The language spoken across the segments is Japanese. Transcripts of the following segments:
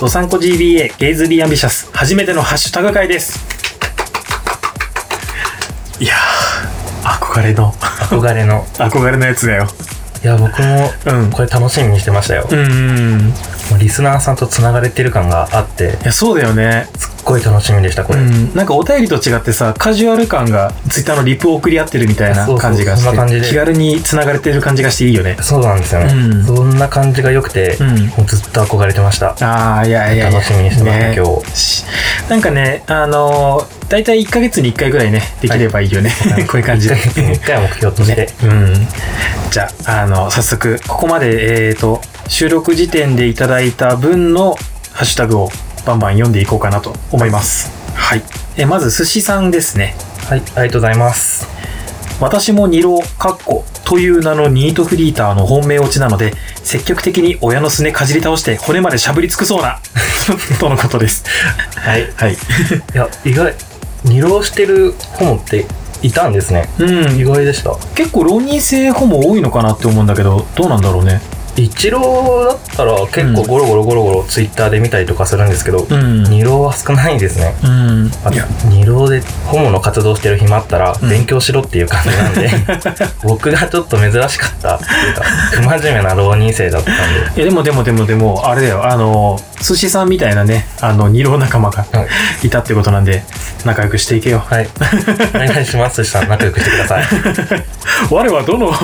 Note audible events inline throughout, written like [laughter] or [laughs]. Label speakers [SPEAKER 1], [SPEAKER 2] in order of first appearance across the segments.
[SPEAKER 1] ドサンコ GBA ゲイズリーアンビシャス初めてのハッシュタグ会ですいやー憧れの [laughs]
[SPEAKER 2] 憧れの。
[SPEAKER 1] 憧れのやつだよ
[SPEAKER 2] いや、僕も
[SPEAKER 1] うん
[SPEAKER 2] これ楽しみにしてましたよ。
[SPEAKER 1] うんうんい
[SPEAKER 2] もうリスナーさんと繋がれてる感があって、
[SPEAKER 1] やそうだよね
[SPEAKER 2] すっごい楽しみでした、こ
[SPEAKER 1] う
[SPEAKER 2] れ。
[SPEAKER 1] んなんかお便りと違ってさカジュアル感がツイッターのリプを送り合ってるみたいな
[SPEAKER 2] そうそう
[SPEAKER 1] 感じが
[SPEAKER 2] そんな感
[SPEAKER 1] し
[SPEAKER 2] じ
[SPEAKER 1] て
[SPEAKER 2] で
[SPEAKER 1] 気軽に繋がれてる感じがしていいよね
[SPEAKER 2] そうなんですよね。
[SPEAKER 1] うん
[SPEAKER 2] そんな感じが良くて、
[SPEAKER 1] うん
[SPEAKER 2] もうずっと憧れて
[SPEAKER 1] [laughs]
[SPEAKER 2] ました。
[SPEAKER 1] ああいやいやいや
[SPEAKER 2] 楽しみにしてます
[SPEAKER 1] ね
[SPEAKER 2] 今日
[SPEAKER 1] しなんかねあのー、大体1ヶ月に1回ぐらいねできればいいよね、 [laughs] こういう感
[SPEAKER 2] [laughs]
[SPEAKER 1] じで
[SPEAKER 2] 1ヶ月に1回を目標として。
[SPEAKER 1] うん。じゃあ、あの、早速、ここまで、えー、と、収録時点でいただいた分のハッシュタグをバンバン読んでいこうかなと思います。はい。えまず、寿司さんですね。
[SPEAKER 2] はい、ありがとうございます。
[SPEAKER 1] 私も二郎、かっこという名のニートフリーターの本命落ちなので、積極的に親のすねかじり倒して骨までしゃぶりつくそうな、 [laughs] とのことです。
[SPEAKER 2] はい。い
[SPEAKER 1] はい。
[SPEAKER 2] や、意外、二浪してるホモっていたんですね。
[SPEAKER 1] うん
[SPEAKER 2] 意。外でした。
[SPEAKER 1] 結構浪人性ホモ多いのかなって思うんだけど、どうなんだろうね。
[SPEAKER 2] 一郎だったら結構ゴロゴロゴロゴロツイッターで見たりとかするんですけど、
[SPEAKER 1] ん
[SPEAKER 2] 二郎は少ないですね。
[SPEAKER 1] うん。
[SPEAKER 2] あ
[SPEAKER 1] いや、
[SPEAKER 2] 二浪でホモの活動してる暇あったら
[SPEAKER 1] ん
[SPEAKER 2] 勉強しろっていう感じなんで、僕がちょっと珍しかったっていうか不真面目な浪人生だったんで
[SPEAKER 1] いやでもでもでもでもあれだよあの寿司さんみたいなねあの二郎仲間が [laughs]
[SPEAKER 2] はい
[SPEAKER 1] いたってことなんで仲良くしていけよ [laughs]
[SPEAKER 2] はいお願いしますした仲良くしてください
[SPEAKER 1] 我はどの [laughs]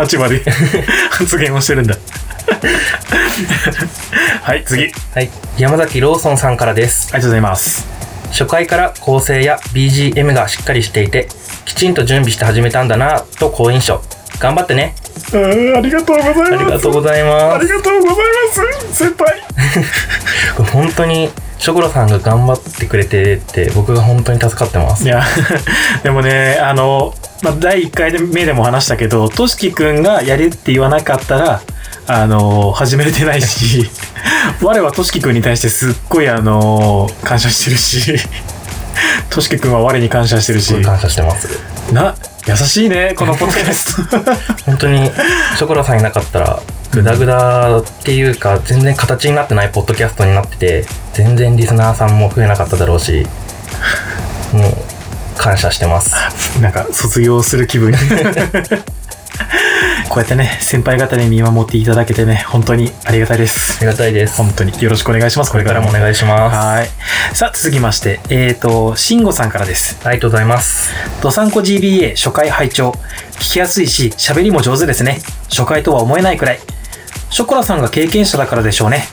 [SPEAKER 1] 立場で [laughs] 発言をしてるんだ [laughs] はい次あり
[SPEAKER 2] はい山崎ローソンさんからです
[SPEAKER 1] がとうございます
[SPEAKER 2] 初回から構成や BGM がしっかりしていてきちんと準備して始めたんだなぁと好印象頑張ってね
[SPEAKER 1] ありがとうございます
[SPEAKER 2] ありがとうございます
[SPEAKER 1] がとうございます先輩
[SPEAKER 2] 本当にショコラさんが頑張ってくれてて僕が本当に助かってます
[SPEAKER 1] いや [laughs] でもねあの、まあ、第1回目でも話したけどとしきくんがやるって言わなかったらあの始めれてないし [laughs] 我はとしきくんに対してすっごいあの感謝してるし [laughs] としきくんは我に感謝してる
[SPEAKER 2] す
[SPEAKER 1] し
[SPEAKER 2] ごい感謝してます
[SPEAKER 1] な優しいねこのポッドキャスト
[SPEAKER 2] 本当にショコラさんいなかったらグダグダっていうか全然形になってないポッドキャストになってて全然リスナーさんも増えなかっただろうしもう感謝してます
[SPEAKER 1] [laughs] なんか卒業する気 [laughs] 分こうやってね先輩方に見守っていただけてね本当にありがたいです
[SPEAKER 2] ありがたいです
[SPEAKER 1] 本当によろしくお願いしますこ
[SPEAKER 2] こ
[SPEAKER 1] れ
[SPEAKER 2] れ
[SPEAKER 1] か
[SPEAKER 2] からら
[SPEAKER 1] も
[SPEAKER 2] もお願いします
[SPEAKER 1] はい。さあ、続きまして、えっ、と、慎吾さんからです。
[SPEAKER 2] ありがとうございます
[SPEAKER 1] ドサンコ GBA 初回拝聴。聞きやすいし、喋りも上手ですね。初回とは思えないくらい。ショコラさんが経験者だからでしょうね。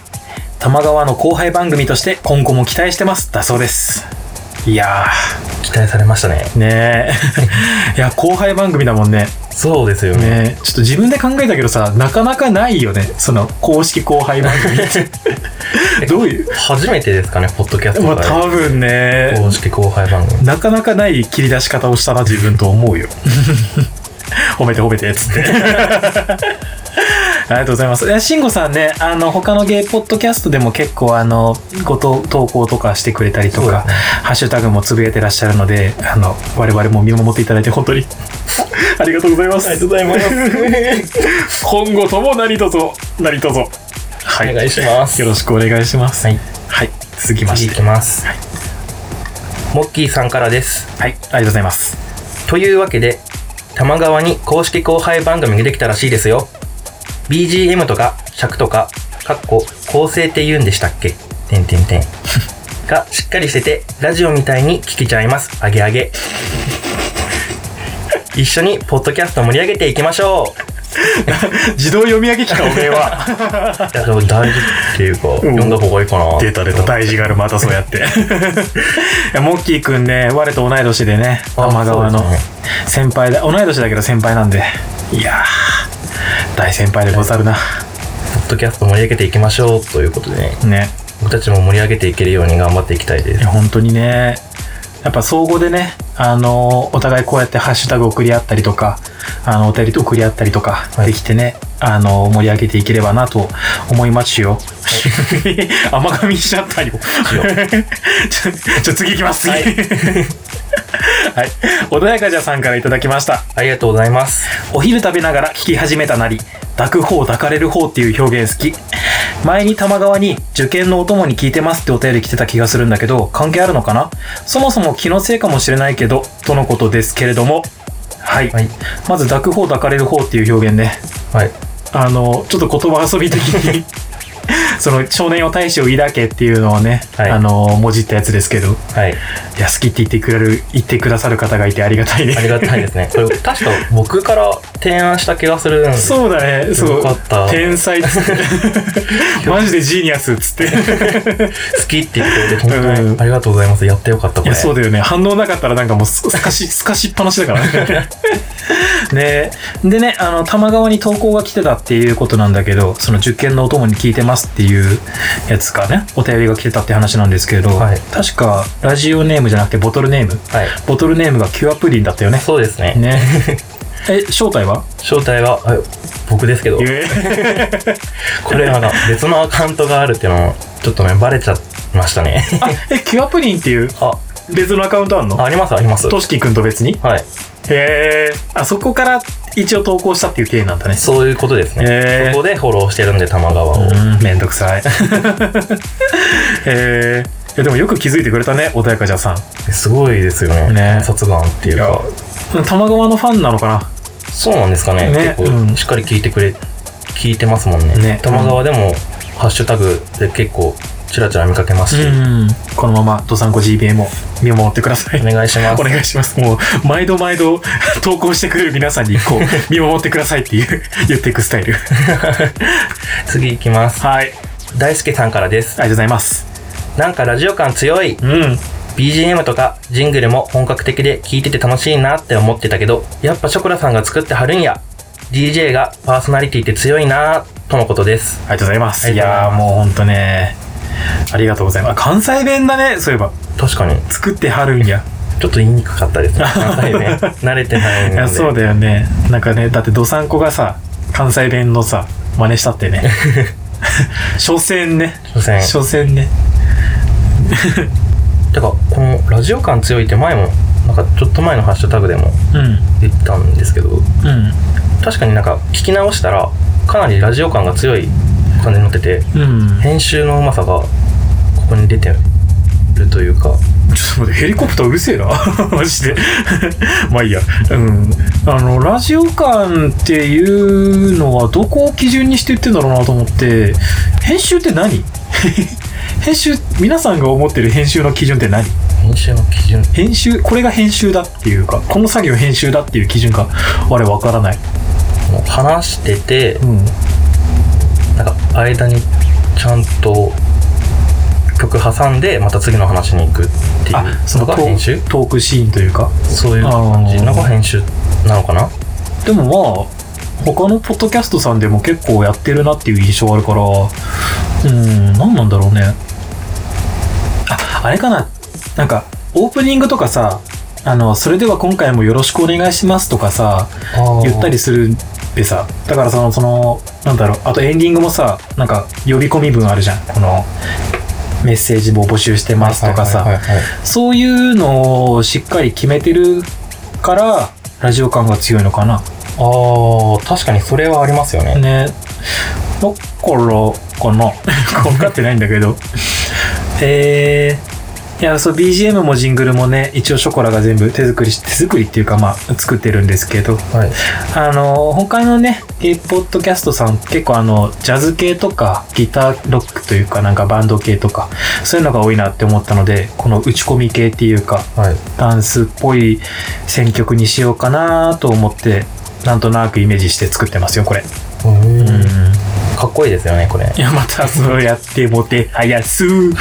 [SPEAKER 1] 玉川の後輩番組として今後も期待してます。だそうです。いや
[SPEAKER 2] 期待されましたね
[SPEAKER 1] ー、ねえ。いや、後輩番組だもんね。
[SPEAKER 2] そうですよ
[SPEAKER 1] ね
[SPEAKER 2] ね
[SPEAKER 1] え。ちょっと自分で考えたけどさ、なかなかないよね。その、公式後輩番組って。どういう
[SPEAKER 2] 初めてですかねポッドキャス
[SPEAKER 1] まあ
[SPEAKER 2] トが
[SPEAKER 1] 多分ね。
[SPEAKER 2] 公式後輩番組
[SPEAKER 1] なかなかない切り出し方をしたな自分と思う [laughs] よ褒めて褒めてっつって [laughs] ありがとうございます。いや、慎吾さんね、あの、他のゲイポッドキャストでも結構、あの、ごと投稿とかしてくれたりと
[SPEAKER 2] そうで
[SPEAKER 1] か、
[SPEAKER 2] すね
[SPEAKER 1] ハッシュタグもつぶやいてらっしゃるので、あの、我々も見守っていただいて、本当に [laughs] ありがとうございます。
[SPEAKER 2] ございます
[SPEAKER 1] [laughs] 今後とも何とぞ、何とぞ。はい。
[SPEAKER 2] お願いします
[SPEAKER 1] よろしくお願いします。
[SPEAKER 2] はい
[SPEAKER 1] はい。続きま
[SPEAKER 2] 次
[SPEAKER 1] し
[SPEAKER 2] い
[SPEAKER 1] て。
[SPEAKER 2] きます、
[SPEAKER 1] はい
[SPEAKER 2] モッキーさんからです
[SPEAKER 1] はい。ありがとうございます。
[SPEAKER 2] というわけで玉川に公式後輩番組ができたらしいですよ BGM とか尺とかかっこ構成って言うんでしたっけてんてんて [laughs] んがしっかりしててラジオみたいに聞けちゃいますあげあげ [laughs] 一緒にポッドキャスト盛り上げていきましょう
[SPEAKER 1] 自動読み上げ機か、おめえは。
[SPEAKER 2] [laughs] いやでも大事っていうか、読んだ方がいいかな
[SPEAKER 1] 出た出た大事があるまたそうやっていや [laughs] モッキーくんね我と同い年でね
[SPEAKER 2] あ
[SPEAKER 1] 天川の
[SPEAKER 2] そうです
[SPEAKER 1] 先輩だ同い年だけど先輩なんでいやー大先輩でござるな
[SPEAKER 2] ポッドキャスト盛り上げていきましょうということでね
[SPEAKER 1] ね
[SPEAKER 2] 僕たちも盛り上げていけるように頑張っていきたいで
[SPEAKER 1] いや
[SPEAKER 2] す
[SPEAKER 1] 本当にねやっぱ総合でねあのお互いこうやってハッシュタグ送り合ったりとかあのお便りと送り合ったりとか
[SPEAKER 2] はい
[SPEAKER 1] できてね、あの盛り上げていければなと思います
[SPEAKER 2] [laughs]
[SPEAKER 1] よ、甘 [laughs] 噛みしちゃったよちょちょ次いきます次
[SPEAKER 2] はい
[SPEAKER 1] はい、はい。穏やかじゃさんからいただきました。
[SPEAKER 2] ありがとうございます。
[SPEAKER 1] お昼食べながら聞き始めたなり、抱く方、抱かれる方っていう表現好き。前に玉川に受験のお供に聞いてますってお便り来てた気がするんだけど、関係あるのかなそもそも気のせいかもしれないけど、とのことですけれども。はい。
[SPEAKER 2] はい。
[SPEAKER 1] まず抱く方、抱かれる方っていう表現ね。
[SPEAKER 2] はい。
[SPEAKER 1] あの、ちょっと言葉遊び的に。その少年を大使を抱けっていうのをね、
[SPEAKER 2] はい
[SPEAKER 1] あの、もじったやつですけど、
[SPEAKER 2] はい。
[SPEAKER 1] いや、好きって言ってくれる、言ってくださる方がいてありがたいね。
[SPEAKER 2] ありがたいで
[SPEAKER 1] [laughs]
[SPEAKER 2] すね。これ、確か僕から提案した気がするんで。う。
[SPEAKER 1] そうだね、そう。
[SPEAKER 2] よかった
[SPEAKER 1] 天才っつ [laughs] って。マジでジーニアスっつって。
[SPEAKER 2] 好きって言ってくれて、本当
[SPEAKER 1] う
[SPEAKER 2] に
[SPEAKER 1] ん
[SPEAKER 2] ありがとうございます。やってよかった、こ
[SPEAKER 1] い
[SPEAKER 2] れ。
[SPEAKER 1] や、そうだよね。反応なかったらなんかもうす、すか [laughs] し、すかしっぱなしだからね。 [laughs] ねでね、あの、玉川に投稿が来てたっていうことなんだけど、その受験のお供に聞いてますっていうやつかね、お便りが来てたって話なんですけど、
[SPEAKER 2] はい
[SPEAKER 1] 確か、ラジオネームじゃなくてボトルネーム。
[SPEAKER 2] はい。
[SPEAKER 1] ボトルネームがキュアプリンだったよね。
[SPEAKER 2] そうですね。
[SPEAKER 1] ね [laughs] え、正体は
[SPEAKER 2] 正体は、あ僕ですけど、これ、あの、別のアカウントがあるっていうのを、ちょっとね、バレちゃいました
[SPEAKER 1] [laughs]
[SPEAKER 2] ね。
[SPEAKER 1] あ、え、キュアプリンっていう
[SPEAKER 2] あ、
[SPEAKER 1] 別のアカウントあんの
[SPEAKER 2] あります、あります。
[SPEAKER 1] としきくんと別に
[SPEAKER 2] はい。
[SPEAKER 1] へえ。あそこから一応投稿したっていう経緯なんだね。
[SPEAKER 2] そういうことですね。
[SPEAKER 1] へえ
[SPEAKER 2] ここ。でフォローしてるんで、玉川を。
[SPEAKER 1] うん、めんどくさい。 [laughs] へえ。いやでもよく気づいてくれたね、穏やかじゃさん。
[SPEAKER 2] すごいですよね。
[SPEAKER 1] ね
[SPEAKER 2] 観察眼っていうか。
[SPEAKER 1] 玉川のファンなのか
[SPEAKER 2] そうなんですかね。
[SPEAKER 1] ね
[SPEAKER 2] 結
[SPEAKER 1] うん
[SPEAKER 2] 構、しっかり聞いてくれ、聞いてますもんね。
[SPEAKER 1] ね
[SPEAKER 2] 玉川でも、ハッシュタグで結構、ちらちら見かけます
[SPEAKER 1] な。
[SPEAKER 2] し、
[SPEAKER 1] うん。このまま、ドサンコ GBM を見守ってください。
[SPEAKER 2] お願いします
[SPEAKER 1] お。願いします。もう、毎度毎度、 [laughs] 投稿してくれる皆さんに、こ [laughs] う、見守ってくださいっていう、言っていくス [laughs] タイル。
[SPEAKER 2] 次行きます。
[SPEAKER 1] はい。ありが
[SPEAKER 2] 大輔さんからです。
[SPEAKER 1] とうございます。
[SPEAKER 2] なんかラジオ感強い。
[SPEAKER 1] うん。
[SPEAKER 2] BGM とかジングルも本格的で聴いてて楽しいなって思ってたけど、やっぱショコラさんが作ってはるんや。DJ がパーソナリティって強いなとのことです。
[SPEAKER 1] ありがとうございます。
[SPEAKER 2] あ
[SPEAKER 1] い
[SPEAKER 2] りがとうござい
[SPEAKER 1] やー
[SPEAKER 2] ま
[SPEAKER 1] もうほんとね、ありがとうございます。関西弁だね、そういえば。
[SPEAKER 2] 確かに。
[SPEAKER 1] 作ってはるんや。
[SPEAKER 2] ちょっと言いにくかったですね。関西
[SPEAKER 1] [laughs]
[SPEAKER 2] 弁慣れてない
[SPEAKER 1] いや、
[SPEAKER 2] ので。
[SPEAKER 1] そうだよね。なんかね、だってドサンコがさ、関西弁のさ、真似したってね。 [laughs] 所詮ね。
[SPEAKER 2] 所詮
[SPEAKER 1] 所詮ね。
[SPEAKER 2] てか、このラジオ感強いって前も、なんかちょっと前のハッシュタグでも
[SPEAKER 1] うん。
[SPEAKER 2] 言ったんですけど、
[SPEAKER 1] うん。
[SPEAKER 2] 確かになんか聞き直したら、かなりラジオ感が強い感じになってて、
[SPEAKER 1] うん。
[SPEAKER 2] 編集のうまさがここに出てるという
[SPEAKER 1] ち
[SPEAKER 2] か、
[SPEAKER 1] ょっと待って、ヘリコプターうるせえな。 [laughs] マジで。まあいいや。うん。あの、ラジオ感っていうのはどこを基準にして言ってんだろうなと思って、編集って何 [laughs] 編集、皆さんが思ってる編集の基準って何
[SPEAKER 2] 編集の基準
[SPEAKER 1] 編集、これが編集だっていうか、この作業編集だっていう基準が、我わからない。
[SPEAKER 2] もう話してて
[SPEAKER 1] うん。
[SPEAKER 2] なんか間にちゃんと曲挟んでまた次の話に行くっていう
[SPEAKER 1] あその
[SPEAKER 2] のが
[SPEAKER 1] トー
[SPEAKER 2] 編集
[SPEAKER 1] トークシーンというか
[SPEAKER 2] そういう感じのが編集なのかな
[SPEAKER 1] でもまあ他のポッドキャストさんでも結構やってるなっていう印象あるからうん何なんだろうねああれかななんかオープニングとかさあのそれでは今回もよろしくお願いしますとかさ言ったりするでさだからそのそのなんだろうあとエンディングもさなんか呼び込み文あるじゃんこのメッセージも募集してますとかさ、
[SPEAKER 2] はいはいはいはい
[SPEAKER 1] そういうのをしっかり決めてるから、ラジオ感が強いのかな。
[SPEAKER 2] あー確かにそれはありますよね
[SPEAKER 1] ね。だからかな。 [laughs] 分かってないんだけど。えー、いや、そう、BGM もジングルもね、一応ショコラが全部手作りし、手作りっていうか、まあ、作ってるんですけど、
[SPEAKER 2] はい
[SPEAKER 1] あの、他のね、ゲイポッドキャストさん、結構あの、ジャズ系とか、ギターロックというか、なんかバンド系とか、そういうのが多いなって思ったので、この打ち込み系っていうか、
[SPEAKER 2] はい
[SPEAKER 1] ダンスっぽい選曲にしようかなと思ってなんとなくイメージして作ってますよこれ
[SPEAKER 2] うん
[SPEAKER 1] うん
[SPEAKER 2] かっこいいですよねこれかっ
[SPEAKER 1] いやまたそうやってもてはやす
[SPEAKER 2] こいいで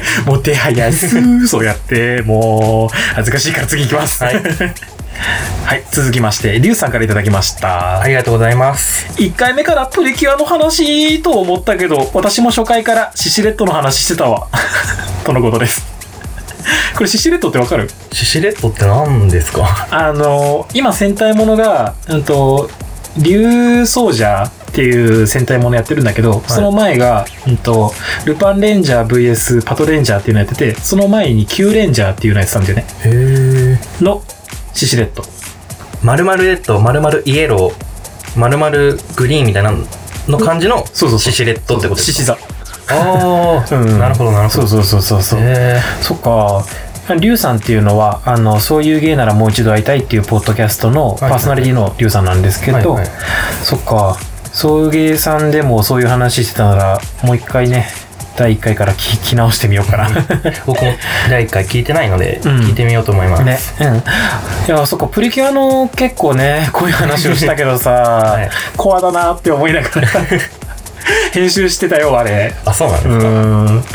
[SPEAKER 2] すよ
[SPEAKER 1] もてはや
[SPEAKER 2] [laughs]
[SPEAKER 1] すそうやってもう恥ずかしいから次行きます
[SPEAKER 2] はい
[SPEAKER 1] はい続きましてリュウさんからいただきました、
[SPEAKER 2] [laughs] ありがとうございます
[SPEAKER 1] 1回目からプリキュアの話と思ったけど私も初回からシシレットの話してたわ [laughs] とのことです [laughs] これシシレットってわかる
[SPEAKER 2] シシレットって何ですか
[SPEAKER 1] あの今戦隊ものが、うんと、竜奏者っていう戦隊ものやってるんだけど、その前が、うんと、ルパンレンジャー VS パトレンジャーっていうのやってて、その前に Q レンジャーっていうのやってたんだよね。
[SPEAKER 2] へえ。
[SPEAKER 1] の、シシレット。
[SPEAKER 2] まるまるレッド、まるまるイエロー、まるまるグリーンみたいなの感じの
[SPEAKER 1] そうそうそう。
[SPEAKER 2] シシレットってことで
[SPEAKER 1] シ
[SPEAKER 2] すか
[SPEAKER 1] シザ。
[SPEAKER 2] ああ、
[SPEAKER 1] うん
[SPEAKER 2] なるほどなるほ
[SPEAKER 1] そ
[SPEAKER 2] ど。
[SPEAKER 1] うそうそうそうそう。
[SPEAKER 2] へ
[SPEAKER 1] そっか。リュウさんっていうのは、あの、そういう芸ならもう一度会いたいっていうポッドキャストのパーソナリティのリュウさんなんですけ
[SPEAKER 2] え。
[SPEAKER 1] ど、
[SPEAKER 2] はいはい
[SPEAKER 1] そっか。そういう芸さんでもそういう話してたなら、もう一回ね、第1回から聞き直してみようかな。
[SPEAKER 2] 僕も第1回聞いてないので、
[SPEAKER 1] うん
[SPEAKER 2] 聞いてみようと思いま
[SPEAKER 1] [laughs]
[SPEAKER 2] す。
[SPEAKER 1] ね。うん。いや、そっか、プリキュアの結構ね、こういう話をしたけ
[SPEAKER 2] [laughs]
[SPEAKER 1] どさ、
[SPEAKER 2] い
[SPEAKER 1] コアだなって思いなが
[SPEAKER 2] [laughs]
[SPEAKER 1] ら、編集してたよ、あれ。
[SPEAKER 2] あ、そうなん
[SPEAKER 1] う
[SPEAKER 2] で
[SPEAKER 1] ー
[SPEAKER 2] す
[SPEAKER 1] ん
[SPEAKER 2] か。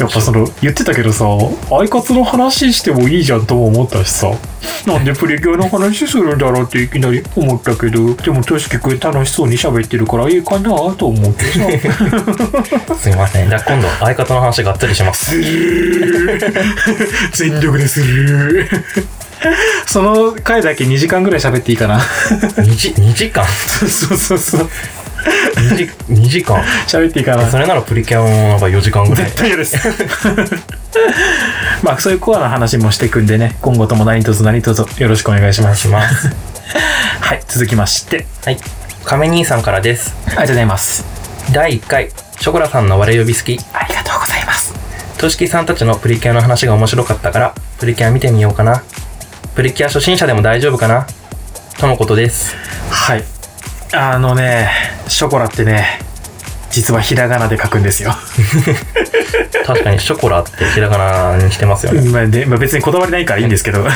[SPEAKER 1] やっぱその言ってたけどさアイカツの話してもいいじゃんとも思ったしさなんでプリキュアの話するんだろうっていきなり思ったけどでもとしきくん楽しそうに喋ってるからいいかなと思ってさ [laughs]
[SPEAKER 2] すみません。じゃあ今度、相方の話がっつりします。
[SPEAKER 1] 全力でするその回だけ2時間ぐらい喋っていいかな
[SPEAKER 2] 2, 時2時間
[SPEAKER 1] そうそうそう
[SPEAKER 2] 2, 時2時間
[SPEAKER 1] 喋っていいかな
[SPEAKER 2] それならプリキュアもなんか4時間ぐらい
[SPEAKER 1] 絶。対嫌です [laughs] まあそういうコアな話もしていくんでね今後とも何卒何卒よろしくお願いし
[SPEAKER 2] お願
[SPEAKER 1] ま
[SPEAKER 2] い
[SPEAKER 1] す
[SPEAKER 2] します。 [laughs]
[SPEAKER 1] はい続きまして
[SPEAKER 2] はい。亀兄さんからです。
[SPEAKER 1] ありがとうございます。
[SPEAKER 2] 第1回、ショコラさんの我呼び好き。
[SPEAKER 1] ありがとうございます。
[SPEAKER 2] としきさんたちのプリキュアの話が面白かったから、プリキュア見てみようかな。プリキュア初心者でも大丈夫かなとのことです。
[SPEAKER 1] はい。あのね、ショコラってね、実はひらがなで書くん [laughs] ですよ。
[SPEAKER 2] 確かにショコラってひらがなにしてますよね。
[SPEAKER 1] まあでまあ、別にこだわりないからいいんですけ [laughs] ど。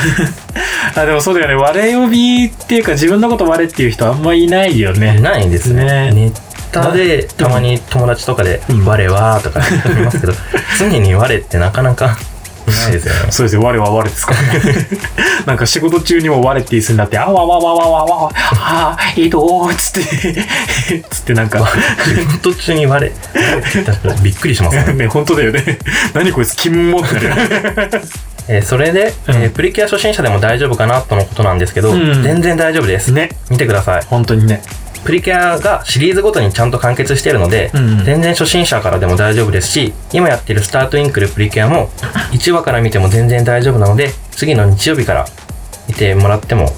[SPEAKER 1] あでもそうだよね、我呼びっていうか自分のこと我っていう人あんまいないよね。
[SPEAKER 2] ないです
[SPEAKER 1] ね
[SPEAKER 2] ね。ネタでたまに友達とかで
[SPEAKER 1] うん
[SPEAKER 2] 「我は」とか言ってます [laughs] けど常に「我」ってなかなかいないですよね。
[SPEAKER 1] そうですよ、我は我です [laughs] から、ね。なんか仕事中にも我って言いそうになって、あわわわわわわわ、あー、移動っつって、 [laughs] つってなんか、
[SPEAKER 2] [laughs] 仕事中に「我」我って言ったらびっくりしますね。
[SPEAKER 1] ね、本当だよね。何こいつ、金もってなるよね。 [laughs]
[SPEAKER 2] えーそれで、えープリキュア初心者でも大丈夫かなとのことなんですけど、
[SPEAKER 1] うん
[SPEAKER 2] 全然大丈夫です。
[SPEAKER 1] ね、
[SPEAKER 2] 見てください。
[SPEAKER 1] 本当にね。
[SPEAKER 2] プリキュアがシリーズごとにちゃんと完結しているので、
[SPEAKER 1] うん
[SPEAKER 2] 全然初心者からでも大丈夫ですし、今やってるスタートインクルプリキュアも、1話から見ても全然大丈夫なので、次の日曜日から見てもらっても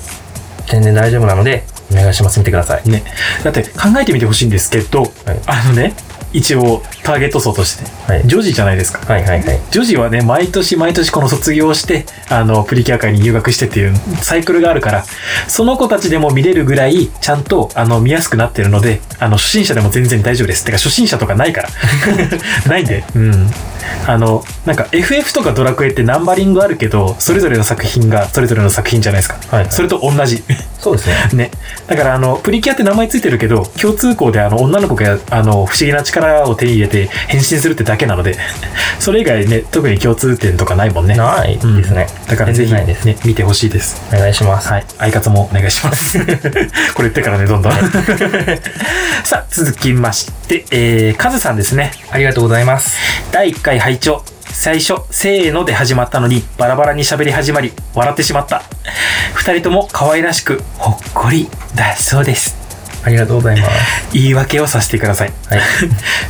[SPEAKER 2] 全然大丈夫なので、お願いします。見てください。
[SPEAKER 1] ね、だって考えてみてほしいんですけど、
[SPEAKER 2] い
[SPEAKER 1] あのね一応ターゲット層として、
[SPEAKER 2] はい
[SPEAKER 1] ジョジーじゃないですか
[SPEAKER 2] はいはいはい。
[SPEAKER 1] ジョジーはね毎年毎年この卒業してあのプリキュア界に入学してっていうサイクルがあるからその子たちでも見れるぐらいちゃんとあの見やすくなってるのであの初心者でも全然大丈夫ですてか初心者とかない
[SPEAKER 2] [laughs]
[SPEAKER 1] からないんでうんあのなんか FF とかドラクエってナンバリングあるけどそれぞれの作品がそれぞれの作品じゃないですか、
[SPEAKER 2] はいはい
[SPEAKER 1] それと同じ
[SPEAKER 2] そうですね。
[SPEAKER 1] ね。だから、あの、プリキュアって名前ついてるけど、共通項で、あの、女の子が、あの、不思議な力を手に入れて変身するってだけなので、それ以外ね、特に共通点とかないもんね。
[SPEAKER 2] ないで
[SPEAKER 1] うん
[SPEAKER 2] すね。
[SPEAKER 1] だからぜひ、
[SPEAKER 2] 全然ないです。
[SPEAKER 1] ね、見てほしいです。
[SPEAKER 2] お願いします。
[SPEAKER 1] はい。相方もお願いし
[SPEAKER 2] [laughs]
[SPEAKER 1] ます。これ言ってからね、どんどん。 [laughs] さあ、続きまして、えー、カズさんですね。
[SPEAKER 2] ありがとうございます。
[SPEAKER 1] 第1回拝聴最初、せーので始まったのに、バラバラに喋り始まり、笑ってしまった。二人とも可愛らしく、ほっこり、だそうです。
[SPEAKER 2] ありがとうございます。
[SPEAKER 1] 言い訳をさせてください。 [laughs]
[SPEAKER 2] はい。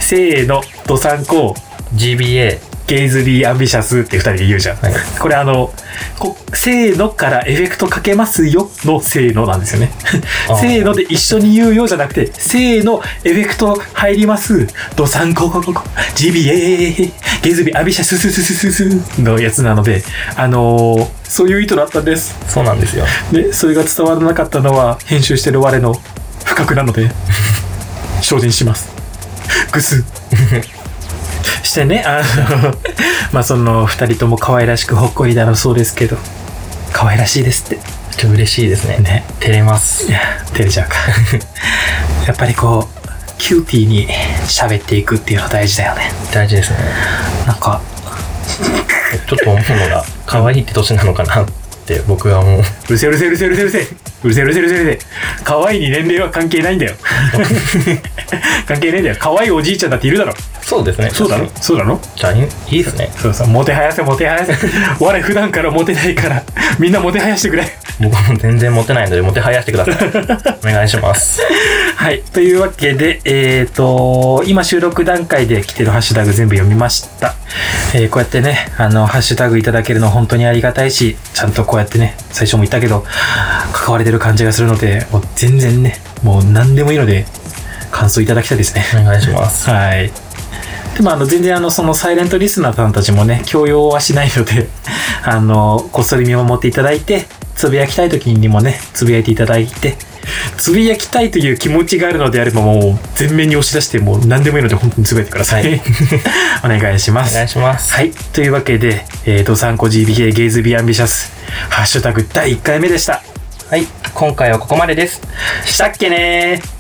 [SPEAKER 1] せーの、ドサンコ
[SPEAKER 2] GBA。
[SPEAKER 1] ゲイズリーアンビシャスって二人で言うじゃん。
[SPEAKER 2] はい
[SPEAKER 1] これあの、こせーのからエフェクトかけますよのせーのなんですよね
[SPEAKER 2] あー。
[SPEAKER 1] せーので一緒に言うよじゃなくて、せーの、エフェクト入ります。ドサンコ GBA、ゲイズリーアンビシャススススススのやつなので、あのーそういう意図だったんです。
[SPEAKER 2] そうなんですよ。
[SPEAKER 1] で、それが伝わらなかったのは、編集してる我の不覚なので、精進します。ぐす。 [laughs] してね、あの、 [laughs] まあその、二人とも可愛らしくほっこりだろうそうですけど、可愛らしいですって。
[SPEAKER 2] ちょっと嬉しいですね。
[SPEAKER 1] ね。
[SPEAKER 2] 照れます
[SPEAKER 1] い。や、照れちゃ [laughs] うか。やっぱりこう、キューティーに喋っていくっていうのは大事だよね。
[SPEAKER 2] 大事ですね。
[SPEAKER 1] なんか、
[SPEAKER 2] ちょっと思うのが、 [laughs] 可愛いって年なのかなって、僕はもう。
[SPEAKER 1] うるせえうるせえうるせえうるせえうるせえうるせえうるせえうるせえうるせえ [laughs] 可愛いに年齢は関係ないんだよ関係ねえんだよ可愛いおじいちゃんだっているだろ
[SPEAKER 2] そうですね。
[SPEAKER 1] そうだろそうだろ
[SPEAKER 2] じゃあ、いいいいですね。
[SPEAKER 1] そうそう、もてはやせ、もては [laughs] やせ。我普段からモテないから、みんなもてはやしてくれ。
[SPEAKER 2] [laughs] 僕も全然モテないので、モテはやしてください。 [laughs] お願いします。
[SPEAKER 1] はい。というわけで、えっ、と、今収録段階で来てるハッシュタグ全部読みました。えーこうやってね、あの、ハッシュタグいただけるの本当にありがたいし、ちゃんとこうやってね、最初も言ったけど、関われてる感じがするので、もう全然ね、もう何でもいいので、感想いただきたいですね。
[SPEAKER 2] お願いします。
[SPEAKER 1] はい。でもあの全然あのそのサイレントリスナーさんたちもね、強要はしないので、 [laughs] あの、こっそり見守っていただいて、つぶやきたい時にもね、つぶやいていただいて、つぶやきたいという気持ちがあるのであればもう全面に押し出してもう何でもいいので本当につぶやいてください。
[SPEAKER 2] は
[SPEAKER 1] [laughs] お願いしま
[SPEAKER 2] お
[SPEAKER 1] す。
[SPEAKER 2] 願いします。
[SPEAKER 1] はい。というわけで、えー、ドサンコ GBA ゲイズビーアンビシャス、ハッシュタグ第1回目でした。
[SPEAKER 2] はい、今回はここまでです。
[SPEAKER 1] したっけねー